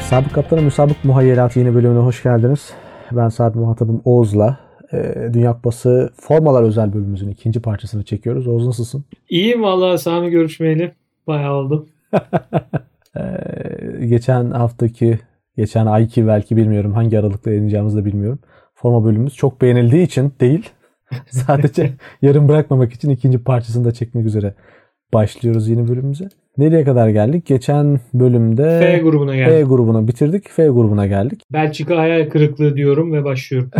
Sabık Kaptan'ın Müsabık Muhayyelat yeni bölümüne hoş geldiniz. Ben saat muhatabım Oğuz'la. Ee, Dünya Kupası Formalar özel bölümümüzün ikinci parçasını çekiyoruz. Oğuz nasılsın? İyiyim valla Sami görüşmeyeli. Bayağı oldu. E, Ee, geçen haftaki, geçen ayki belki bilmiyorum hangi aralıkta yayınlayacağımızı da bilmiyorum. Forma bölümümüz çok beğenildiği için değil. Sadece yarım bırakmamak için ikinci parçasını da çekmek üzere başlıyoruz yeni bölümümüze. Nereye kadar geldik? Geçen bölümde F grubuna geldik. F grubunu bitirdik. F grubuna geldik. Belçika hayal kırıklığı diyorum ve başlıyorum.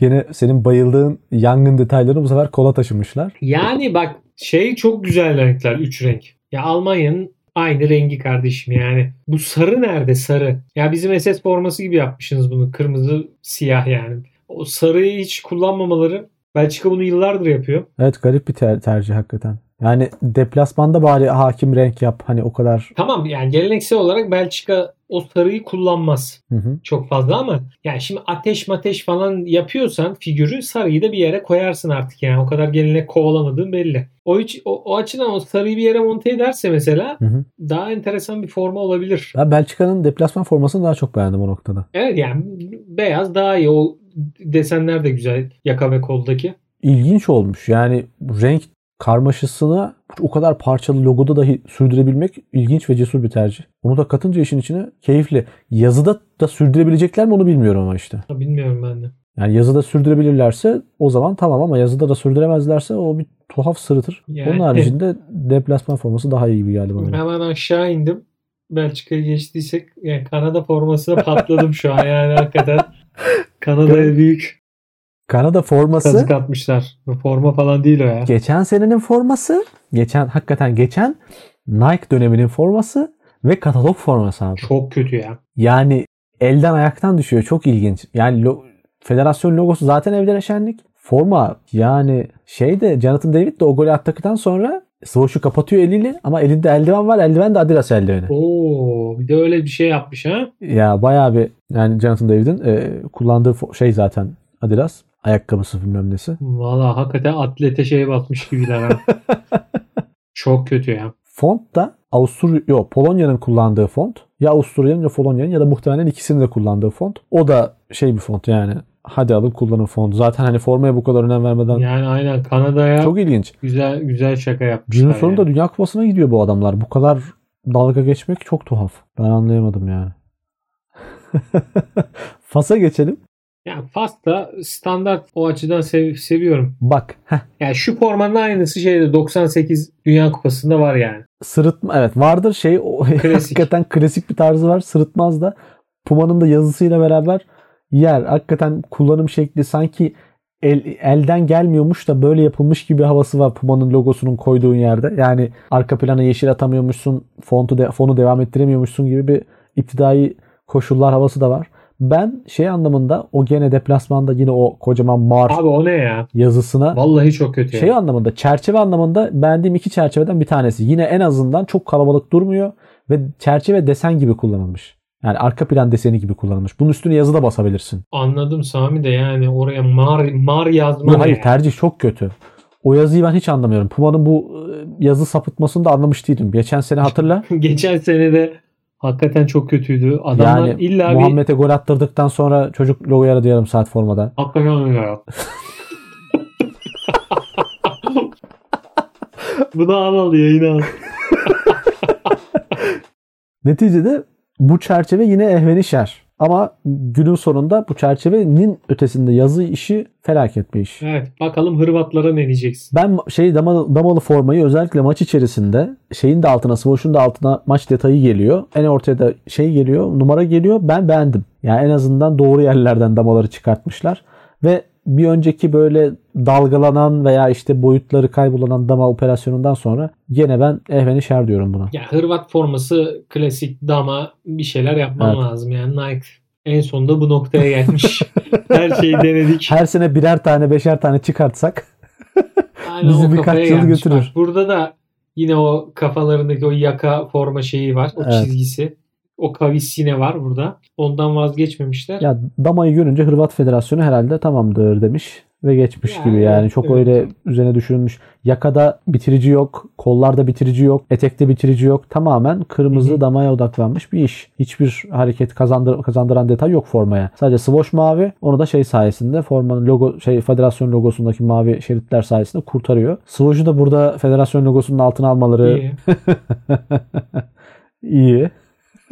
Yine senin bayıldığın yangın detaylarını bu sefer kola taşımışlar. Yani bak şey çok güzel renkler. Üç renk. Ya Almanya'nın aynı rengi kardeşim yani. Bu sarı nerede sarı? Ya bizim SS forması gibi yapmışsınız bunu. Kırmızı siyah yani. O sarıyı hiç kullanmamaları Belçika bunu yıllardır yapıyor. Evet garip bir ter- tercih hakikaten. Yani deplasmanda bari hakim renk yap. Hani o kadar. Tamam yani geleneksel olarak Belçika o sarıyı kullanmaz. Hı hı. çok fazla ama yani şimdi ateş mateş falan yapıyorsan figürü sarıyı da bir yere koyarsın artık yani o kadar gelenek kovalamadığın belli. O, hiç, o, o açıdan o sarıyı bir yere monte ederse mesela Hı hı. daha enteresan bir forma olabilir. Ben Belçika'nın deplasman formasını daha çok beğendim o noktada. Evet yani beyaz daha iyi o desenler de güzel yaka ve koldaki. İlginç olmuş. Yani renk karmaşasını o kadar parçalı logoda dahi sürdürebilmek ilginç ve cesur bir tercih. Onu da katınca işin içine keyifli. Yazıda da sürdürebilecekler mi onu bilmiyorum ama işte. Ha, Bilmiyorum ben de. Yani yazıda sürdürebilirlerse o zaman tamam ama yazıda da sürdüremezlerse o bir tuhaf sırıtır. Yani. Onun haricinde deplasman forması daha iyi bir geldi bana. Hemen aşağı indim. Belçika'yı geçtiysek yani Kanada formasına patladım şu an yani hakikaten. Kanada'ya büyük Kanada forması kazık atmışlar. Forma falan değil o ya. geçen senenin forması, geçen hakikaten geçen Nike döneminin forması ve katalog forması abi. Çok kötü ya. Yani elden ayaktan düşüyor. Çok ilginç. Yani lo- federasyon logosu zaten evlere şenlik. Forma yani şey de Jonathan David de o golü attıktan sonra Swoosh'u kapatıyor eliyle ama elinde eldiven var. Eldiven de Adidas eldiveni. Oo, bir de öyle bir şey yapmış ha. Ya bayağı bir yani Jonathan David'in e, kullandığı fo- şey zaten Adidas ayakkabısı bilmem nesi. Valla hakikaten atlete şey batmış gibiler ha. Çok kötü ya. Font da Avusturya yok Polonya'nın kullandığı font. Ya Avusturya'nın ya Polonya'nın ya da muhtemelen ikisinin de kullandığı font. O da şey bir font yani. Hadi alın kullanın fontu. Zaten hani formaya bu kadar önem vermeden Yani aynen Kanada'ya çok ilginç. güzel güzel şaka yapmışlar. Günün sonunda yani. Dünya Kupası'na gidiyor bu adamlar. Bu kadar dalga geçmek çok tuhaf. Ben anlayamadım yani. Fas'a geçelim. Yani Fas da standart o açıdan sev- seviyorum. Bak heh, Yani şu formanın aynısı şeyde 98 Dünya Kupası'nda var yani. sırıtma evet vardır şey o, Klasik. hakikaten klasik bir tarzı var sırıtmaz da Puma'nın da yazısıyla beraber yer hakikaten kullanım şekli sanki el- elden gelmiyormuş da böyle yapılmış gibi havası var Puma'nın logosunun koyduğun yerde. Yani arka plana yeşil atamıyormuşsun, fontu de, fonu devam ettiremiyormuşsun gibi bir iptidai koşullar havası da var. Ben şey anlamında o gene deplasmanda yine o kocaman mar Abi o ne ya? yazısına Vallahi çok kötü şey ya. anlamında çerçeve anlamında beğendiğim iki çerçeveden bir tanesi. Yine en azından çok kalabalık durmuyor ve çerçeve desen gibi kullanılmış. Yani arka plan deseni gibi kullanılmış. Bunun üstüne yazı da basabilirsin. Anladım Sami de yani oraya mar, mar yazma Yok ne hayır ya? tercih çok kötü. O yazıyı ben hiç anlamıyorum. Puma'nın bu e, yazı sapıtmasını da anlamış değilim. Geçen sene hatırla. Geçen sene de hakikaten çok kötüydü. Adamlar yani illa bir Muhammed'e gol attırdıktan sonra çocuk logo yaradı yarım saat formada. Hakikaten öyle ya. Bunu al al yayına al. Neticede bu çerçeve yine ehveni şer. Ama günün sonunda bu çerçevenin ötesinde yazı işi felaket bir iş. Evet bakalım Hırvatlara ne diyeceksin? Ben şey damalı, damalı formayı özellikle maç içerisinde şeyin de altına, Svoş'un da altına maç detayı geliyor. En ortaya da şey geliyor, numara geliyor. Ben beğendim. Yani en azından doğru yerlerden damaları çıkartmışlar. Ve bir önceki böyle dalgalanan veya işte boyutları kaybolanan dama operasyonundan sonra gene ben ehveni şer diyorum buna. Ya Hırvat forması klasik dama bir şeyler yapmam Evet. lazım yani Nike. En sonunda bu noktaya gelmiş. Her şeyi denedik. Her sene birer tane beşer tane çıkartsak Aynen bizi o birkaç kafaya yıl gelmiş. götürür. Bak, burada da yine o kafalarındaki o yaka forma şeyi var. O Evet. çizgisi. O kavis yine var burada. Ondan vazgeçmemişler. Ya Dama'yı görünce Hırvat Federasyonu herhalde tamamdır demiş. ve geçmiş Yani, gibi yani. Çok evet. öyle üzerine düşünülmüş. Yakada bitirici yok, kollarda bitirici yok, etekte bitirici yok. Tamamen kırmızı Hı hı. damaya odaklanmış bir iş. Hiçbir hareket kazandır kazandıran detay yok formaya. Sadece Swoosh mavi. Onu da şey sayesinde formanın logo şey federasyon logosundaki mavi şeritler sayesinde kurtarıyor. Swoosh'u da burada federasyon logosunun altına almaları İyi. İyi.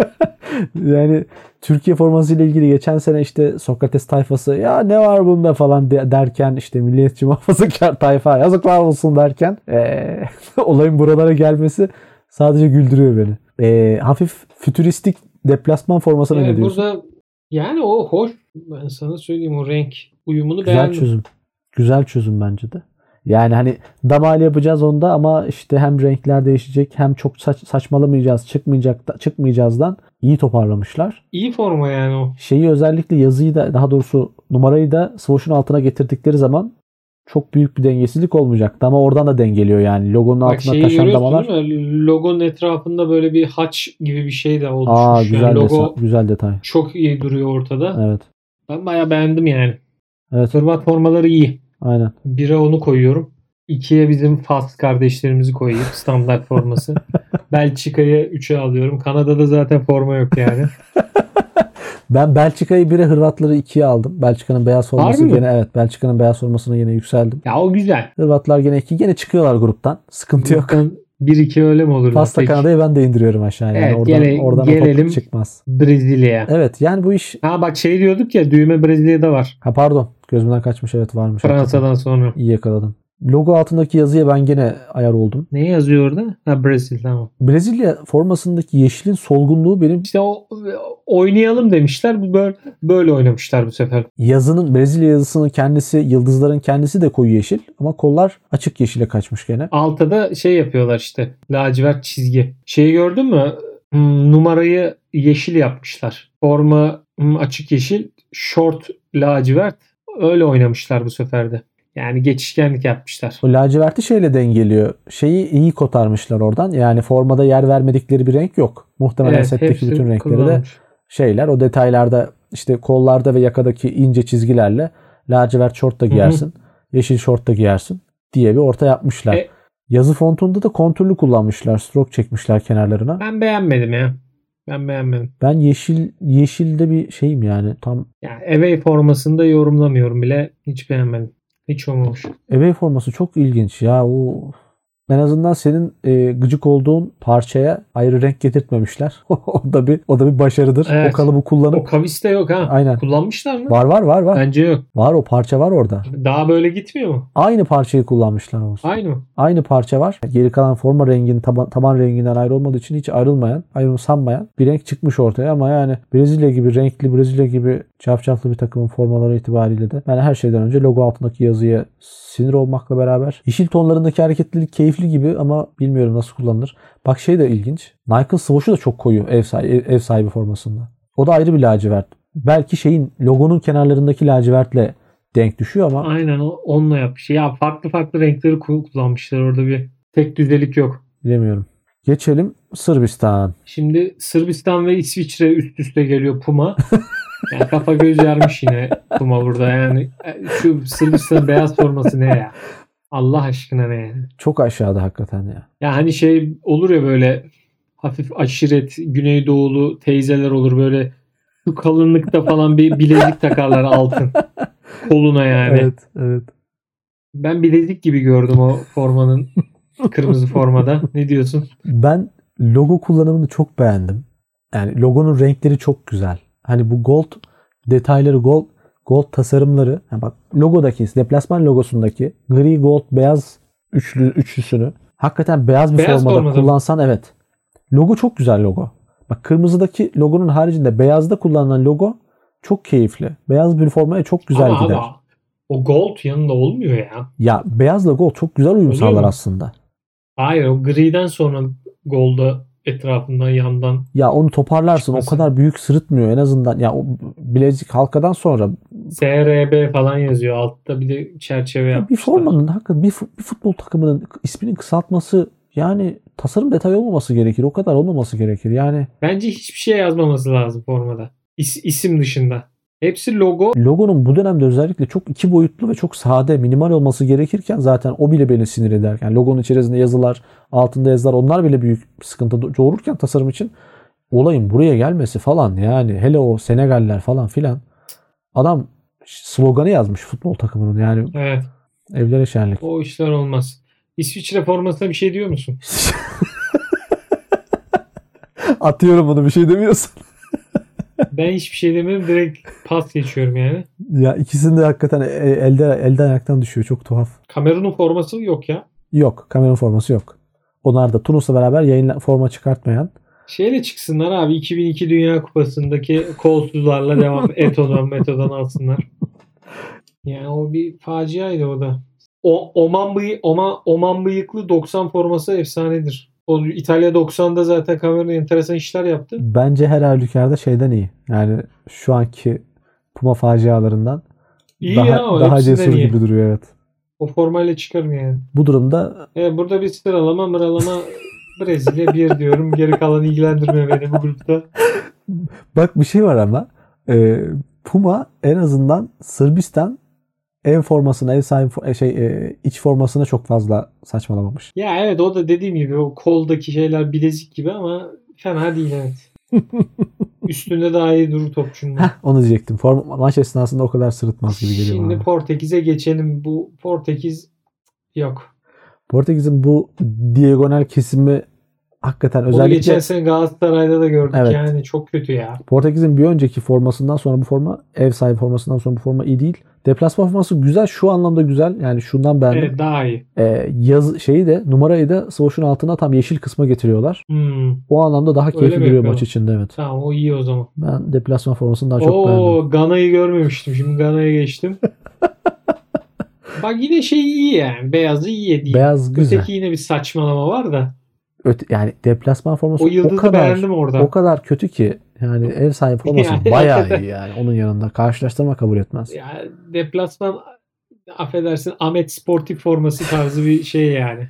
yani Türkiye forması ile ilgili geçen sene işte Sokrates tayfası ya ne var bunda falan de- derken işte milliyetçi muhafazakar tayfa yazıklar olsun derken eee, olayın buralara gelmesi sadece güldürüyor beni. Eee, hafif fütüristik deplasman formasına Yani ne diyorsun? burada yani o hoş ben sana söyleyeyim o renk uyumunu Güzel beğendim. çözüm. Güzel çözüm bence de. Yani hani damali yapacağız onda ama işte hem renkler değişecek hem çok saç- saçmalamayacağız çıkmayacak çıkmayacağızdan iyi toparlamışlar. İyi forma yani o. şeyi özellikle yazıyı da daha doğrusu numarayı da Swoosh'un altına getirdikleri zaman çok büyük bir dengesizlik olmayacaktı ama oradan da dengeliyor yani. Logonun Bak altına şeyi taşan görüyorsun damalar. değil mi? Logonun etrafında böyle bir haç gibi bir şey de oluşmuş. Aa Yani güzel logo desa- güzel detay. çok iyi duruyor ortada. Evet. Ben bayağı beğendim yani. Evet. Hırvat formaları iyi. Aynen. Bire onu koyuyorum. İkiye bizim Fast kardeşlerimizi koyayım. Standart forması. Belçika'ya üçe alıyorum. Kanada'da zaten forma yok yani. Ben Belçika'yı 1'e Hırvatları 2'ye aldım. Belçika'nın beyaz forması mi? gene evet Belçika'nın beyaz formasına yine yükseldim. ya o güzel. Hırvatlar gene 2 gene çıkıyorlar gruptan. Sıkıntı yok. Bir iki öyle mi olur? Pasta Peki. Kanada'yı ben de indiriyorum aşağıya. Yani Evet, oradan gele- oradan o gelelim. topuk çıkmaz. Brezilya'ya. Evet yani bu iş Ha bak şey diyorduk ya düğme Brezilya'da var. ha pardon gözümden kaçmış evet varmış. Fransa'dan sonra. İyi yakaladın. Logo altındaki yazıya ben gene ayar oldum. Ne yazıyor orada? Ha Brezilya tamam. Brezilya formasındaki yeşilin solgunluğu benim İşte o oynayalım demişler. Bu böyle, böyle oynamışlar bu sefer. yazının Brezilya yazısının kendisi, yıldızların kendisi de koyu yeşil ama kollar açık yeşile kaçmış gene. Altta da şey yapıyorlar işte. Lacivert çizgi. Şeyi gördün mü? Hmm, Numarayı yeşil yapmışlar. Forma hmm, açık yeşil. Short lacivert. Öyle oynamışlar bu sefer de. Yani geçişkenlik yapmışlar. O laciverti şeyle dengeliyor. Şeyi iyi kotarmışlar oradan. Yani formada yer vermedikleri bir renk yok. Muhtemelen setteki hepsi bütün renkleri de kullanmış. şeyler. O detaylarda işte kollarda ve yakadaki ince çizgilerle lacivert şort da hı. giyersin. Yeşil şort da giyersin diye bir orta yapmışlar. E- Yazı fontunda da kontürlü kullanmışlar. Stroke çekmişler kenarlarına. Ben beğenmedim ya. Ben beğenmedim. Ben yeşil yeşilde bir şeyim yani. Tam Yani away formasında yorumlamıyorum bile. Hiç beğenmedim. Hiç olmamış. Away forması çok ilginç ya. O en azından senin e, gıcık olduğun parçaya ayrı renk getirtmemişler. o da bir o da bir başarıdır. Evet. O kalıbı O kullanıp kaviste yok ha. Aynen. Kullanmışlar mı? var var var var. Bence yok. Var o parça var orada. Daha böyle gitmiyor mu? Aynı parçayı kullanmışlar olsun. Aynı mı? Aynı parça var. Geri kalan forma renginin taban, taban renginden ayrı olmadığı için hiç ayrılmayan, ayrılsanmayan bir renk çıkmış ortaya ama yani Brezilya gibi renkli, Brezilya gibi çapçaplı bir takımın formaları itibariyle de ben her şeyden önce logo altındaki yazıya sinir olmakla beraber yeşil tonlarındaki hareketlilik keyifli gibi ama bilmiyorum nasıl kullanılır. Bak şey de ilginç. Nike'ın Swoosh'u da çok koyu ev sahibi, ev sahibi formasında. O da ayrı bir lacivert. Belki şeyin logonun kenarlarındaki lacivertle denk düşüyor ama Aynen o- onunla yapmış. Ya farklı farklı renkleri ku- kullanmışlar orada bir tek düzelik yok. bilemiyorum. Geçelim Sırbistan. Şimdi Sırbistan ve İsviçre üst üste geliyor Puma. Yani kafa göz yarmış yine Puma burada yani. E, Şu Sırbistan beyaz forması ne ya? Allah aşkına ne yani? Çok aşağıda hakikaten ya. Ya hani şey olur ya böyle hafif aşiret Güneydoğulu teyzeler olur böyle şu kalınlıkta falan bir bilezik takarlar altın koluna yani. Evet, evet. Ben bilezik gibi gördüm o formanın kırmızı formada. Ne diyorsun? Ben logo kullanımını çok beğendim. Yani logonun renkleri çok güzel. Hani bu gold detayları, gold gold tasarımları. Yani bak logodaki, deplasman logosundaki gri, gold, beyaz üçlü üçlüsünü hakikaten beyaz bir Beyaz formada formada mı? kullansan evet. Logo çok güzel logo. Bak kırmızıdaki logonun haricinde beyazda kullanılan logo çok keyifli. Beyaz bir formaya çok güzel Ama gider. ama o gold yanında olmuyor ya. Ya beyazla gold çok güzel uyum Oluyor sağlar mu? aslında. Hayır o griden sonra golda etrafından yandan. Ya onu toparlarsın. O Çıkması. kadar büyük sırıtmıyor en azından. Ya o bilezik halkadan sonra SRB falan yazıyor. Altta bir de çerçeve bir yapmışlar. formanın hakikaten bir, fu- bir futbol takımının isminin kısaltması yani tasarım detayı olmaması gerekir. O kadar olmaması gerekir. Yani Bence hiçbir şey yazmaması lazım formada. İs, isim dışında. Hepsi logo. Logonun bu dönemde özellikle çok iki boyutlu ve çok sade, minimal olması gerekirken zaten o bile beni sinir eder. Yani logonun içerisinde yazılar, altında yazılar onlar bile büyük sıkıntı doğururken tasarım için olayın buraya gelmesi falan yani hele o Senegaller falan filan adam sloganı yazmış futbol takımının yani Evet. evlere şenlik. O işler olmaz. İsviçre formasına bir şey diyor musun? Atıyorum bunu bir şey demiyorsun. Ben hiçbir şey demiyorum. Direkt pas geçiyorum yani. Ya ikisinde hakikaten e- elde elden ayaktan düşüyor çok tuhaf. Kamerun'un forması yok ya. Yok Kamerun forması yok. Onlar da Tunus'la beraber yayınla forma çıkartmayan. Şeyle çıksınlar abi 2002 Dünya Kupası'ndaki kolsuzlarla devam Eto'dan Meto'dan alsınlar. Yani o bir faciaydı o da. O, Oman, bıyı, Oma, Oman bıyıklı 90 forması efsanedir. O İtalya 90'da zaten Kamerun enteresan işler yaptı. Bence her halükarda şeyden iyi. Yani şu anki Puma facialarından İyi daha, ya o daha hepsinden cesur iyi. gibi duruyor evet. O formayla çıkarım yani. Bu durumda E, burada bir sıralama mıralama Brezilya 1 diyorum. Geri kalan ilgilendirmiyor beni bu grupta. bak bir şey var ama Ee, Puma en azından Sırbistan ev formasına, ev sahibi şey e, iç formasına çok fazla saçmalamamış. Ya evet o da dediğim gibi o koldaki şeyler bilezik gibi ama fena değil evet. Üstünde daha iyi durur topçunun. Heh, onu diyecektim. Form, maç esnasında o kadar sırıtmaz gibi geliyor Şimdi bana. Portekiz'e geçelim. Bu Portekiz yok. Portekiz'in bu diagonal kesimi hakikaten Onu geçen özellikle sene Galatasaray'da da gördük Evet. yani çok kötü ya. Portekiz'in bir önceki formasından sonra bu forma ev sahibi formasından sonra bu forma iyi değil. Deplasman forması güzel şu anlamda güzel. Yani şundan beğendim. Evet daha iyi. Ee, yaz şeyi de numarayı da savaşın altına tam yeşil kısma getiriyorlar. Hmm, O anlamda daha keyifli mi duruyor yapıyorlar? maç içinde evet. tamam o iyi o zaman. Ben deplasman formasını daha çok beğendim. Oo Gana'yı görmemiştim. Şimdi Gana'ya geçtim. Bak yine şey iyi yani. Beyazı iyi değil. Beyaz güzel. Öteki yine bir saçmalama var da. Öte- yani deplasman forması O o, yıldızı kadar beğendim orada. o kadar kötü ki yani ev sahibi forması Yani bayağı hakikaten. iyi yani onun yanında karşılaştırma kabul etmez. Ya deplasman affedersin Ahmet sportif forması tarzı bir şey yani.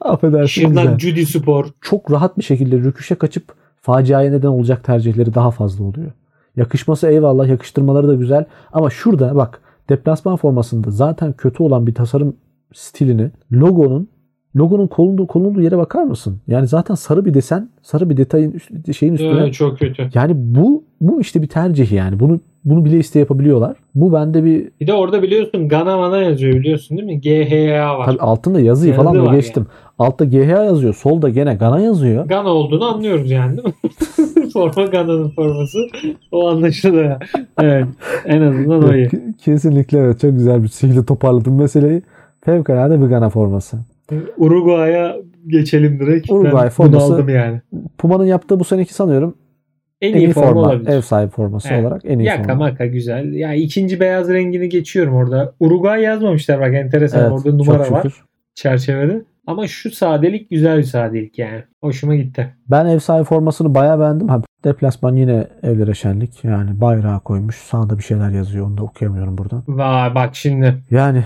Affedersin güzel. Şırnak Cudi Spor. Çok rahat bir şekilde rüküşe kaçıp faciaya neden olacak tercihleri daha fazla oluyor. Yakışması eyvallah yakıştırmaları da güzel ama şurada bak deplasman formasında zaten kötü olan bir tasarım stilini logonun logonun konulduğu, konulduğu yere bakar mısın? Yani zaten sarı bir desen sarı bir detayın üst- şeyin üstüne Evet, çok kötü. Yani bu bu işte bir tercih yani. Bunu bunu bile iste yapabiliyorlar. Bu bende bir Bir de orada biliyorsun Gana Mana yazıyor biliyorsun değil mi? GHA var. tabii altında yazıyı Yazı falan da var geçtim. Altta GHA yazıyor. Solda gene Gana yazıyor. Gana olduğunu anlıyoruz yani değil mi? Forma Gana'nın forması. O anlaşılıyor. Evet. En azından o iyi. Ke- Kesinlikle evet. Çok güzel bir şekilde toparladım meseleyi. Fevkalade bir Gana forması. Uruguay'a geçelim direkt. Uruguay ben forması- bunaldım yani. Puma'nın yaptığı bu seneki sanıyorum En, en iyi forma, forma. olabilir. Ev sahibi forması Evet. olarak en iyi Yaka forma. maka güzel. Ya ikinci beyaz rengini geçiyorum orada. Uruguay yazmamışlar bak enteresan Evet, orada numara çok var şükür. çerçevede. Ama şu sadelik güzel bir sadelik yani. Hoşuma gitti. Ben ev sahibi formasını bayağı beğendim. Ha, deplasman yine evlere şenlik. Yani bayrağı koymuş. Sağda bir şeyler yazıyor. Onu da okuyamıyorum buradan. Vay bak şimdi. Yani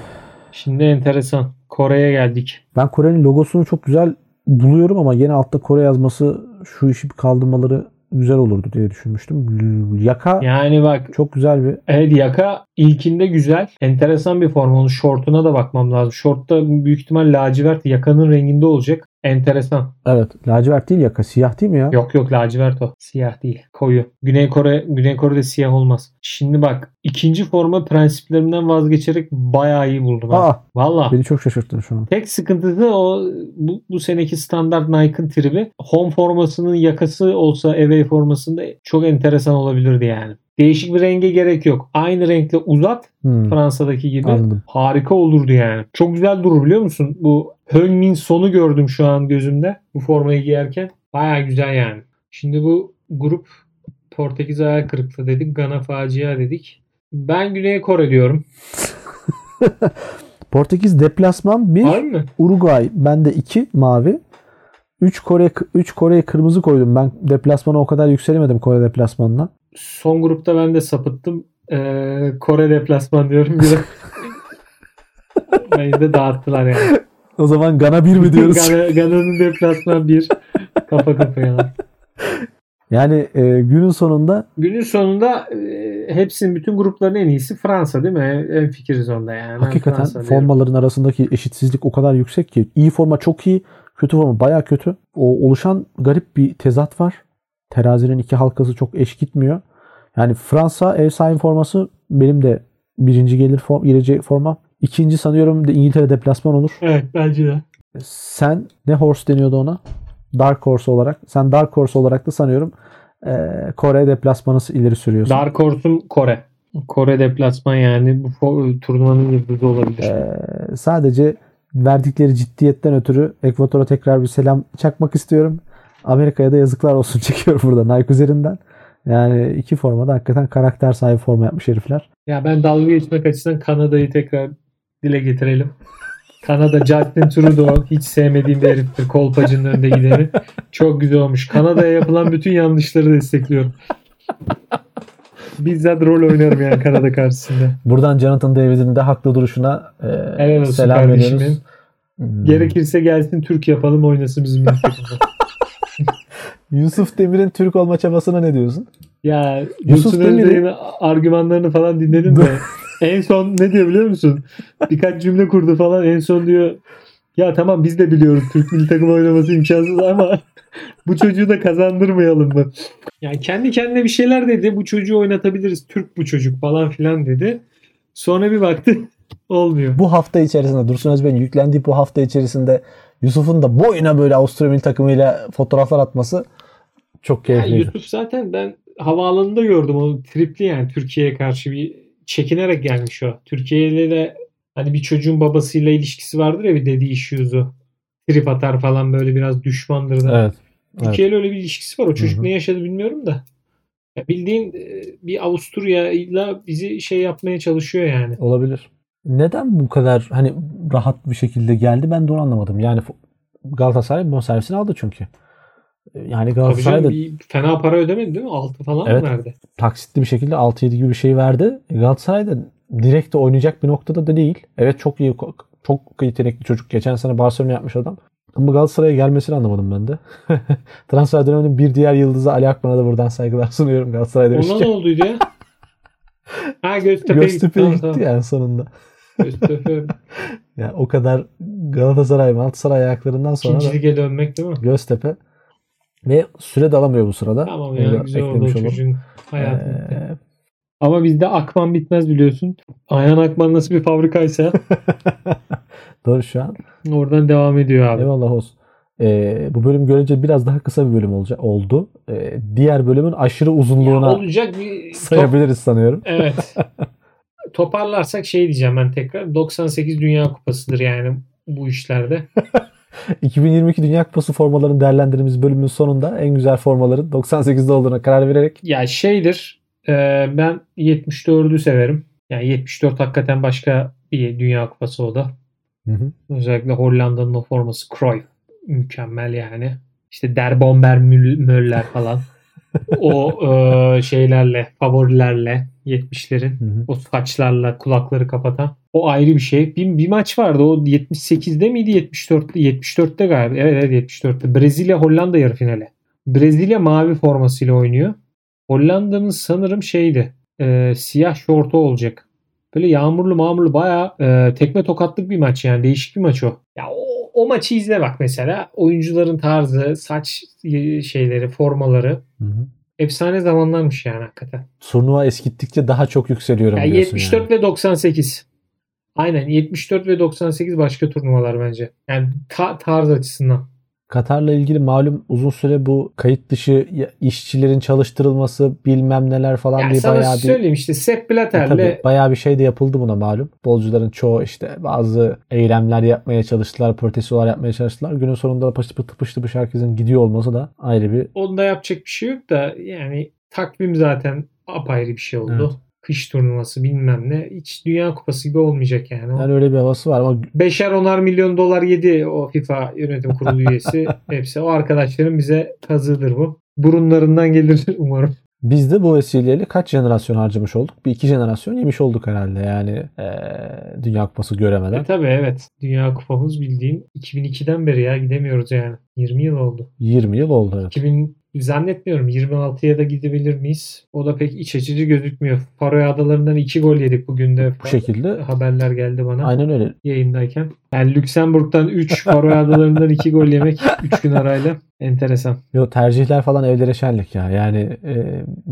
Şimdi enteresan. Kore'ye geldik. Ben Kore'nin logosunu çok güzel buluyorum ama yine altta Kore yazması şu işi bir kaldırmaları güzel olurdu diye düşünmüştüm. Yaka Yani bak çok güzel bir evet yaka ilkinde güzel. Enteresan bir form. Onun şortuna da bakmam lazım. Şortta büyük ihtimal lacivert yakanın renginde olacak. Enteresan. evet lacivert değil yaka siyah değil mi ya? Yok yok lacivert o. Siyah değil. Koyu. Güney Kore Güney Kore'de siyah olmaz. Şimdi bak ikinci forma prensiplerimden vazgeçerek bayağı iyi buldum. Aa ha. Valla. beni çok şaşırttın şu an. Tek sıkıntısı o bu, bu seneki standart Nike'ın tribi. Home formasının yakası olsa away formasında çok enteresan olabilirdi yani. Değişik bir renge gerek yok. Aynı renkle uzat Hmm, Fransa'daki gibi. anladım. Harika olurdu yani. Çok güzel durur biliyor musun? Bu Hönmin sonu gördüm şu an gözümde. Bu formayı giyerken. Baya güzel yani. Şimdi bu grup Portekiz ayağı kırıklığı dedik. Gana facia dedik. Ben Güney Kore diyorum. Portekiz deplasman 1, Var mı? Uruguay bende 2 mavi. 3 Kore 3 Kore'ye kırmızı koydum. Ben deplasmana o kadar yükselemedim Kore deplasmanına. Son grupta ben de sapıttım. Ee, Kore deplasman diyorum. Bir de Beni de dağıttılar yani. O zaman Gana 1 mi diyoruz? Gana- Gana'nın deplasman bir. Kafa kafaya. Yani e, günün sonunda Günün sonunda e, hepsinin bütün grupların en iyisi Fransa değil mi? En fikiriz onda yani. Ben hakikaten Fransa diyorum. formaların arasındaki eşitsizlik o kadar yüksek ki iyi forma çok iyi, kötü forma baya kötü. O oluşan garip bir tezat var. Terazinin iki halkası çok eş gitmiyor. Yani Fransa ev sahibi forması benim de birinci gelir form, gelecek forma. İkinci sanıyorum de İngiltere deplasman olur. Evet bence de. Sen ne horse deniyordu ona? Dark horse olarak. Sen dark horse olarak da sanıyorum eee, Kore deplasmanı ileri sürüyorsun. Dark Horse'um Kore. Kore deplasman yani bu fo- turnuvanın yıldızı olabilir. Ee, sadece verdikleri ciddiyetten ötürü Ekvator'a tekrar bir selam çakmak istiyorum. Amerika'ya da yazıklar olsun çekiyorum burada Nike üzerinden. Yani iki formada hakikaten karakter sahibi forma yapmış herifler. Ya ben dalga geçmek açısından Kanada'yı tekrar dile getirelim. Kanada Justin Trudeau hiç sevmediğim bir heriftir. Kolpacının önde gideni. Çok güzel olmuş. Kanada'ya yapılan bütün yanlışları destekliyorum. Bizzat rol oynarım yani Kanada karşısında. Buradan Jonathan David'in de haklı duruşuna e, Helal olsun selam kardeşim veriyoruz. Hmm. Gerekirse gelsin Türk yapalım oynasın bizim ülkemizde. Yusuf Demir'in Türk olma çabasına ne diyorsun? Ya Yusuf Yusuf Demir'i- Özbey'in argümanlarını falan dinledim de en son ne diyor biliyor musun? Birkaç cümle kurdu falan en son diyor ya tamam biz de biliyoruz Türk milli takım oynaması imkansız ama bu çocuğu da kazandırmayalım mı? Yani kendi kendine bir şeyler dedi. Bu çocuğu oynatabiliriz. Türk bu çocuk falan filan dedi. Sonra bir baktı olmuyor. Bu hafta içerisinde Dursun Özbey'in yüklendiği bu hafta içerisinde Yusuf'un da boyuna böyle Avusturya milli takımıyla fotoğraflar atması çok Ya keyifliydi. Yusuf zaten ben havaalanında gördüm o tripli yani Türkiye'ye karşı bir çekinerek gelmiş o. Türkiye'yle de hani bir çocuğun babasıyla ilişkisi vardır ya bir dediği iş yüzü. Trip atar falan böyle biraz düşmandır da. Evet. Türkiye'yle öyle bir ilişkisi var. O çocuk Hı hı. ne yaşadı bilmiyorum da. Ya bildiğin e, bir Avusturya'yla bizi şey yapmaya çalışıyor yani. Olabilir. Neden bu kadar hani rahat bir şekilde geldi ben de onu anlamadım. Yani fo- Galatasaray bonservisini aldı çünkü. Ee, Yani Tabii Galatasaray canım, da bir fena para ödemedi değil mi? Altı falan Evet. mı verdi? taksitli bir şekilde 6-7 gibi bir şey verdi. Galatasaray da direkt de oynayacak bir noktada da değil. Evet çok iyi çok yetenekli çocuk. Geçen sene Barcelona yapmış adam. Ama Galatasaray'a gelmesini anlamadım ben de. Transfer döneminin bir diğer yıldızı Ali Akman'a da buradan saygılar sunuyorum Galatasaray Ona ne demişken. olduydu ya? ha Göztepe'ye gitti. Göztepe'ye Tamam, gitti tamam. yani sonunda. Göztepe Yani o kadar Galatasaray, Galatasaray ayaklarından sonra da ikinci lige dönmek değil mi? Göztepe ve süre de alamıyor bu sırada. Tamam Onu ya da güzel oldu eklemiş o olalım. çocuğun hayatı. Ee, Ama bizde Akman bitmez biliyorsun. Ayhan Akman nasıl bir fabrikaysa doğru şu an. oradan devam ediyor abi. Eyvallah olsun. Ee, bu bölüm görece biraz daha kısa bir bölüm olacak oldu. Ee, diğer bölümün aşırı uzunluğuna Olacak bir top- sayabiliriz sanıyorum. evet. Toparlarsak şey diyeceğim ben tekrar. 98 Dünya Kupası'dır yani bu işlerde. 2022 Dünya Kupası formalarını değerlendirdiğimiz bölümün sonunda en güzel formaların 98'de olduğuna karar vererek Ya şeydir e, ben 74'ü severim. Yani 74 hakikaten başka bir Dünya Kupası o da. Hı hı. Özellikle Hollanda'nın o forması Cruyff. Mükemmel yani. İşte Der Bomber Mül- Möller falan. o e, şeylerle, favorilerle 70'lerin. Hı hı. O saçlarla kulakları kapatan. O ayrı bir şey. Bir, bir maç vardı. O 78'de miydi? 74'te 74'te galiba. Evet, evet 74'te. Brezilya Hollanda yarı finali. Brezilya mavi formasıyla oynuyor. Hollanda'nın sanırım şeydi. e, siyah şortu olacak. Böyle yağmurlu mağmurlu bayağı e, tekme tokatlık bir maç yani. Değişik bir maç o. Ya o, o maçı izle bak mesela. Oyuncuların tarzı, saç e, şeyleri, formaları. Hı hı. Efsane zamanlarmış yani hakikaten. turnuva eskittikçe daha çok yükseliyorum Ya diyorsun 74 ve 98. Aynen 74 ve 98 başka turnuvalar bence. Yani ta- tarz açısından. Katar'la ilgili malum uzun süre bu kayıt dışı ya- işçilerin çalıştırılması bilmem neler falan Yani diye sana bayağı bir E, söyleyeyim işte Sepp tabii, Blatter'le bayağı bir şey de yapıldı buna malum. Bolcuların çoğu işte bazı eylemler yapmaya çalıştılar, protestolar yapmaya çalıştılar. Günün sonunda da pıştı pıştı pıştı pış herkesin gidiyor olması da ayrı bir onda yapacak bir şey yok da yani takvim zaten apayrı bir şey oldu. Evet. Kış turnuvası bilmem ne. Hiç Dünya Kupası gibi olmayacak yani. O yani öyle bir havası var ama Beşer onar milyon dolar yedi o FIFA yönetim kurulu üyesi. Hepsi o arkadaşların bize kazığıdır bu. Burunlarından gelir umarım. biz de bu vesileyle kaç jenerasyon harcamış olduk? Bir iki jenerasyon yemiş olduk herhalde yani eee, Dünya Kupası göremeden. E tabii evet. Dünya Kupamız bildiğin 2002'den beri ya gidemiyoruz yani. 20 yıl oldu. 20 yıl oldu. evet. 2000 Zannetmiyorum 26'ya da gidebilir miyiz? O da pek iç açıcı gözükmüyor. Faroe Adaları'ndan 2 gol yedik bugün de. Bu şekilde Haberler geldi bana aynen öyle. yayındayken. Yani Lüksemburg'dan 3, Faroe Adaları'ndan 2 gol yemek 3 gün arayla. Enteresan. Yo, tercihler falan evlere şenlik ya. Yani e,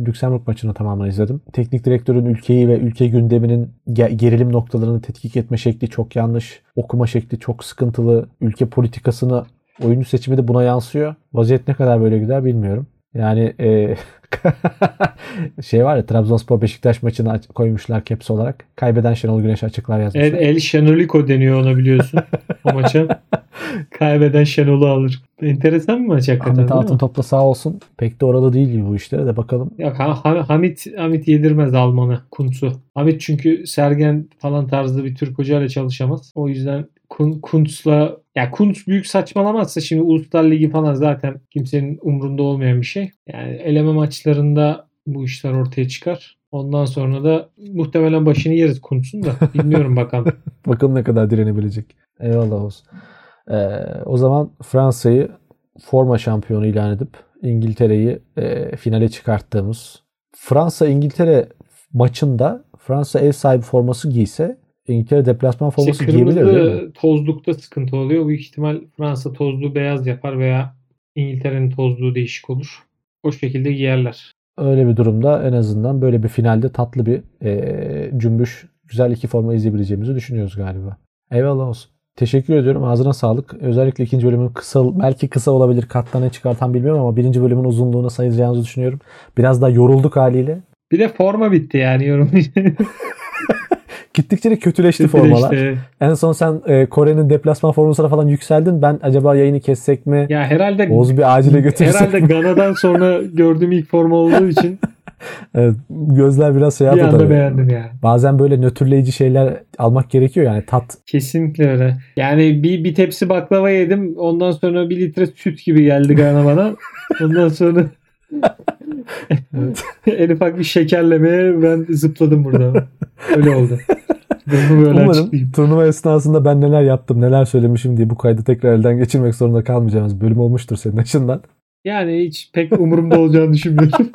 Lüksemburg maçını tamamını izledim. Teknik direktörün ülkeyi ve ülke gündeminin ge- gerilim noktalarını tetkik etme şekli çok yanlış. Okuma şekli çok sıkıntılı. Ülke politikasını oyuncu seçimi de buna yansıyor. Vaziyet ne kadar böyle gider bilmiyorum. Yani e, şey var ya Trabzonspor Beşiktaş maçını aç- koymuşlar kepsi olarak. Kaybeden Şenol Güneş açıklar yazmışlar. El, E, El Şenoliko deniyor ona biliyorsun o maça. Kaybeden Şenol'u alır. Enteresan bir maç hakikaten Ahmet değil mi? Altın topla sağ olsun. Pek de orada değil gibi bu işlere de bakalım. Yok Ha- Ha- Hamit Hamit yedirmez Alman'ı Kuntz'u. Hamit çünkü Sergen falan tarzda bir Türk hocayla çalışamaz. O yüzden Kun- Kuntz'la ya Kuntz büyük saçmalamazsa şimdi Uluslar Ligi falan zaten kimsenin umrunda olmayan bir şey. Yani eleme maçlarında bu işler ortaya çıkar. Ondan sonra da muhtemelen başını yeriz Kuntz'un da. Bilmiyorum bakalım. Bakalım ne kadar direnebilecek. Eyvallah olsun. Ee, o zaman Fransa'yı forma şampiyonu ilan edip İngiltere'yi e, finale çıkarttığımız Fransa İngiltere maçında Fransa ev sahibi forması giyse İngiltere deplasman İşte forması giyebilir değil mi? kırmızı tozlukta sıkıntı oluyor. Büyük ihtimal Fransa tozluğu beyaz yapar veya İngiltere'nin tozluğu değişik olur. O şekilde giyerler. Öyle bir durumda en azından böyle bir finalde tatlı bir e, cümbüş güzel iki forma izleyebileceğimizi düşünüyoruz galiba. Eyvallah olsun. Teşekkür ediyorum. Ağzına sağlık. Özellikle ikinci bölümün kısa, belki kısa olabilir. Katta ne çıkartan bilmiyorum ama birinci bölümün uzunluğuna sayacağınızı düşünüyorum. Biraz daha yorulduk haliyle. Bir de forma bitti yani yorum. Gittikçe de kötüleşti formalar. İşte. En son sen e, Kore'nin deplasman formasına falan yükseldin. Ben acaba yayını kessek mi? Ya herhalde Oğuz bir acile götürsek herhalde mi? Gana'dan sonra gördüğüm ilk forma olduğu için Evet, gözler biraz şey bir yaptı anda tabii. beğendim ya. Bazen böyle nötrleyici şeyler almak gerekiyor yani tat Kesinlikle öyle. Yani bir, bir tepsi baklava yedim. Ondan sonra bir litre süt gibi geldi Gana bana. Ondan sonra en ufak bir şekerlemeye ben zıpladım burada. Öyle oldu. Bunu böyle Umarım açıklayayım. turnuva esnasında ben neler yaptım, neler söylemişim diye bu kaydı tekrar elden geçirmek zorunda kalmayacağımız bölüm olmuştur senin açından. Yani hiç pek umurumda olacağını düşünmüyorum.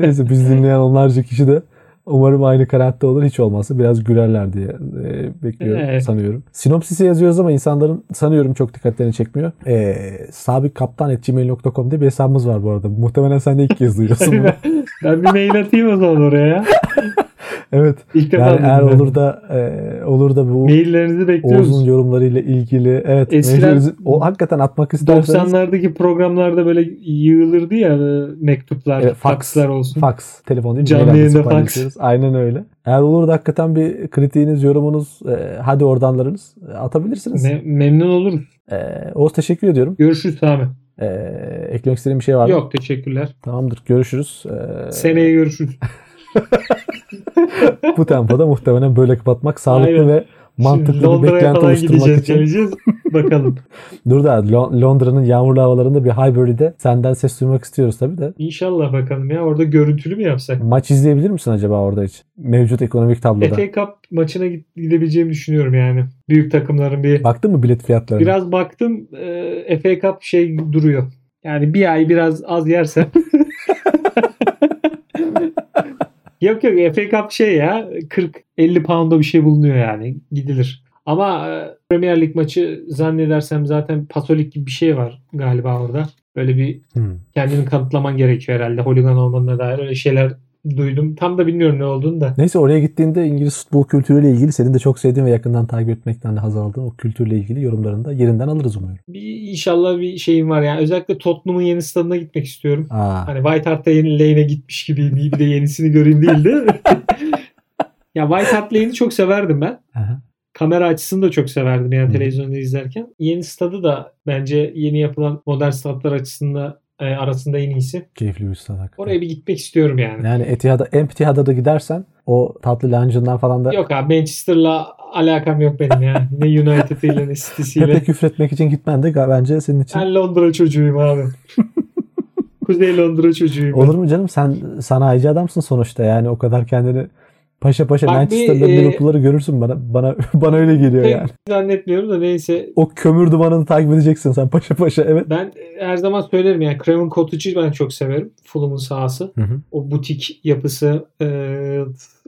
Neyse biz dinleyen onlarca kişi de umarım aynı kanaatte olur. Hiç olmazsa biraz gülerler diye e, bekliyorum Evet. sanıyorum. Sinopsisi yazıyoruz ama insanların sanıyorum çok dikkatlerini çekmiyor. E, sabikkaptan.gmail.com diye bir hesabımız var bu arada. Muhtemelen sen de ilk kez duyuyorsun bunu. ben bir mail atayım o zaman oraya. ya. evet. İlk defa Yani eğer duydum ben. olur da e, olur da bu Maillerinizi bekliyoruz. Oğuz'un yorumlarıyla ilgili evet Eskiden- mevzularınızı- o hakikaten atmak isterseniz 90'lardaki programlarda böyle yığılırdı ya e, mektuplar, Evet, fax. fakslar olsun. Fax. Telefon değil. Canlı mail adresi yayında fax. paylaşıyoruz. Aynen öyle. Eğer olur da hakikaten bir kritiğiniz, yorumunuz, e, hadi oradanlarınız e, atabilirsiniz. Me- memnun olurum. E, Oğuz teşekkür ediyorum. Görüşürüz Sami. E, eklemek istediğim bir şey var mı? Yok teşekkürler. Tamamdır. Görüşürüz. E, Seneye görüşürüz. bu tempoda muhtemelen böyle kapatmak sağlıklı Aynen. ve Şimdi mantıklı bir Londra'ya beklenti falan oluşturmak gideceğiz, için. geleceğiz. Bakalım. Dur da Lon- Londra'nın yağmurlu havalarında bir Highbury'de senden ses duymak istiyoruz tabii de. İnşallah bakalım ya. Orada görüntülü mü yapsak? Maç izleyebilir misin acaba orada hiç? Mevcut ekonomik tabloda. FA Cup maçına git- gidebileceğimi düşünüyorum yani. Büyük takımların bir Baktın mı bilet fiyatlarına? Biraz baktım e, FA Cup şey duruyor. Yani bir ay biraz az yersen. yok yok FA Cup şey ya 40-50 pound'a bir şey bulunuyor yani gidilir. Ama e, Premier Lig maçı zannedersem zaten Pasolik gibi bir şey var galiba orada. Böyle bir Hmm. kendini kanıtlaman gerekiyor herhalde holigan olmanına dair öyle şeyler duydum. Tam da bilmiyorum ne olduğunu da. Neyse oraya gittiğinde İngiliz futbol kültürüyle ilgili senin de çok sevdiğin ve yakından takip etmekten de haz aldığın o kültürle ilgili yorumlarını da yerinden alırız umuyorum. Bir, inşallah bir şeyim var yani. Özellikle Tottenham'ın yeni stadına gitmek istiyorum. Aa, Hani White Hart Lane- Lane'e gitmiş gibi bir bir de yenisini göreyim değil de. ya White Hart Lane'i çok severdim ben. aha. Kamera açısını da çok severdim yani Hı. televizyonda izlerken. Yeni stadı da bence yeni yapılan modern stadlar açısından e, arasında en iyisi. keyifli bir stad hakikaten. Oraya bir gitmek istiyorum yani. Yani Etihad'a, Emptihad'a da gidersen o tatlı lancından falan da Yok abi Manchester'la alakam yok benim ya. Ne United'ıyla ne City'siyle. tepe küfretmek için gitmen de ga- bence senin için. Ben Londra çocuğuyum abi. Kuzey Londra çocuğuyum. ben. Olur mu canım? Sen sanayici adamsın sonuçta yani o kadar kendini Paşa paşa Bak bir, Manchester'da e, Liverpool'ları görürsün bana. Bana bana öyle geliyor Pek yani. zannetmiyorum da neyse O kömür dumanını takip edeceksin sen paşa paşa. Evet. Ben her zaman söylerim yani Craven Cottage'ı ben çok severim. Fulham'ın sahası. Hı hı. O butik yapısı, e,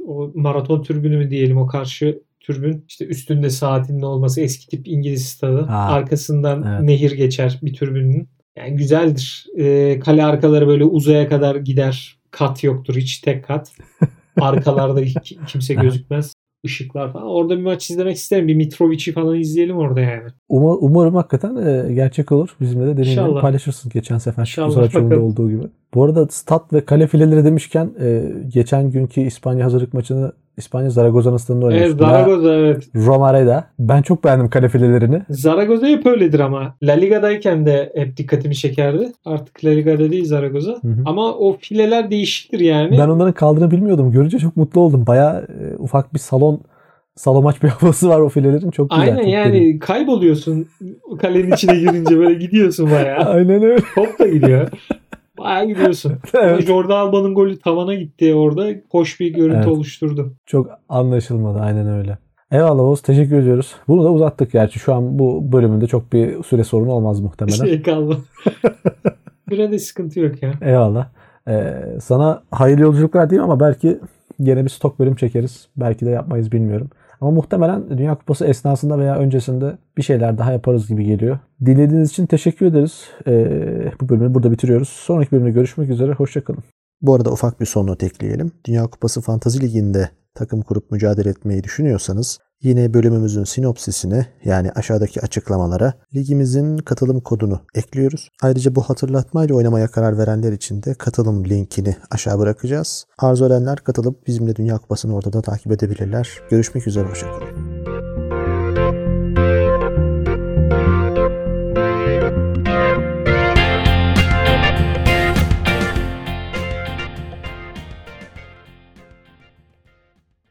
o maraton türbünü mü diyelim o karşı türbün. işte üstünde saatinin olması eski tip İngiliz stadı. Aa, Arkasından evet. nehir geçer bir türbünün. Yani güzeldir. E, kale arkaları böyle uzaya kadar gider. Kat yoktur hiç tek kat. Arkalarda ki- kimse Aha. gözükmez. Işıklar falan. Orada bir maç izlemek isterim. Bir Mitrovic'i falan izleyelim orada yani. Uma- umarım hakikaten e, gerçek olur. Bizimle de deneyimlerini İnşallah. paylaşırsın geçen sefer İnşallah. Kutsal Çorum'da Bakalım. olduğu gibi. Bu arada stat ve kale fileleri demişken e, geçen günkü İspanya hazırlık maçını İspanya Zaragoza'nın stadında Evet, oynamıştı. Zaragoza evet. Romareda. Ben çok beğendim kale filelerini. Zaragoza hep öyledir ama. La Liga'dayken de hep dikkatimi çekerdi. Artık La Liga'da değil Zaragoza. Hı hı. Ama o fileler değişiktir yani. Ben onların kaldığını bilmiyordum. Görünce çok mutlu oldum. Bayağı e, ufak bir salon salon maç bir havası var o filelerin. Çok güzel. Aynen çok yani derin. kayboluyorsun kalenin içine girince böyle gidiyorsun bayağı. Aynen öyle. Top da gidiyor. Bayağı gidiyorsun. evet. Jordan Alba'nın golü tavana gitti orada. Hoş bir görüntü Evet. oluşturdu. Çok anlaşılmadı. Aynen öyle. Eyvallah Oğuz. Teşekkür ediyoruz. Bunu da uzattık gerçi. Şu an bu bölümünde çok bir süre sorunu olmaz muhtemelen. Şey kaldı. Bire de sıkıntı yok ya. Eyvallah. Ee, sana hayırlı yolculuklar diyeyim ama belki gene bir stok bölüm çekeriz. Belki de yapmayız bilmiyorum. Ama muhtemelen Dünya Kupası esnasında veya öncesinde bir şeyler daha yaparız gibi geliyor. Dinlediğiniz için teşekkür ederiz. Ee, bu bölümü burada bitiriyoruz. Sonraki bölümde görüşmek üzere. Hoşçakalın. Bu arada ufak bir son not ekleyelim. Dünya Kupası Fantazi Ligi'nde takım kurup mücadele etmeyi düşünüyorsanız yine bölümümüzün sinopsisine yani aşağıdaki açıklamalara ligimizin katılım kodunu ekliyoruz. Ayrıca bu hatırlatmayla oynamaya karar verenler için de katılım linkini aşağı bırakacağız. Arzu edenler katılıp bizimle Dünya Kupası'nı orada da takip edebilirler. Görüşmek üzere, hoşçakalın.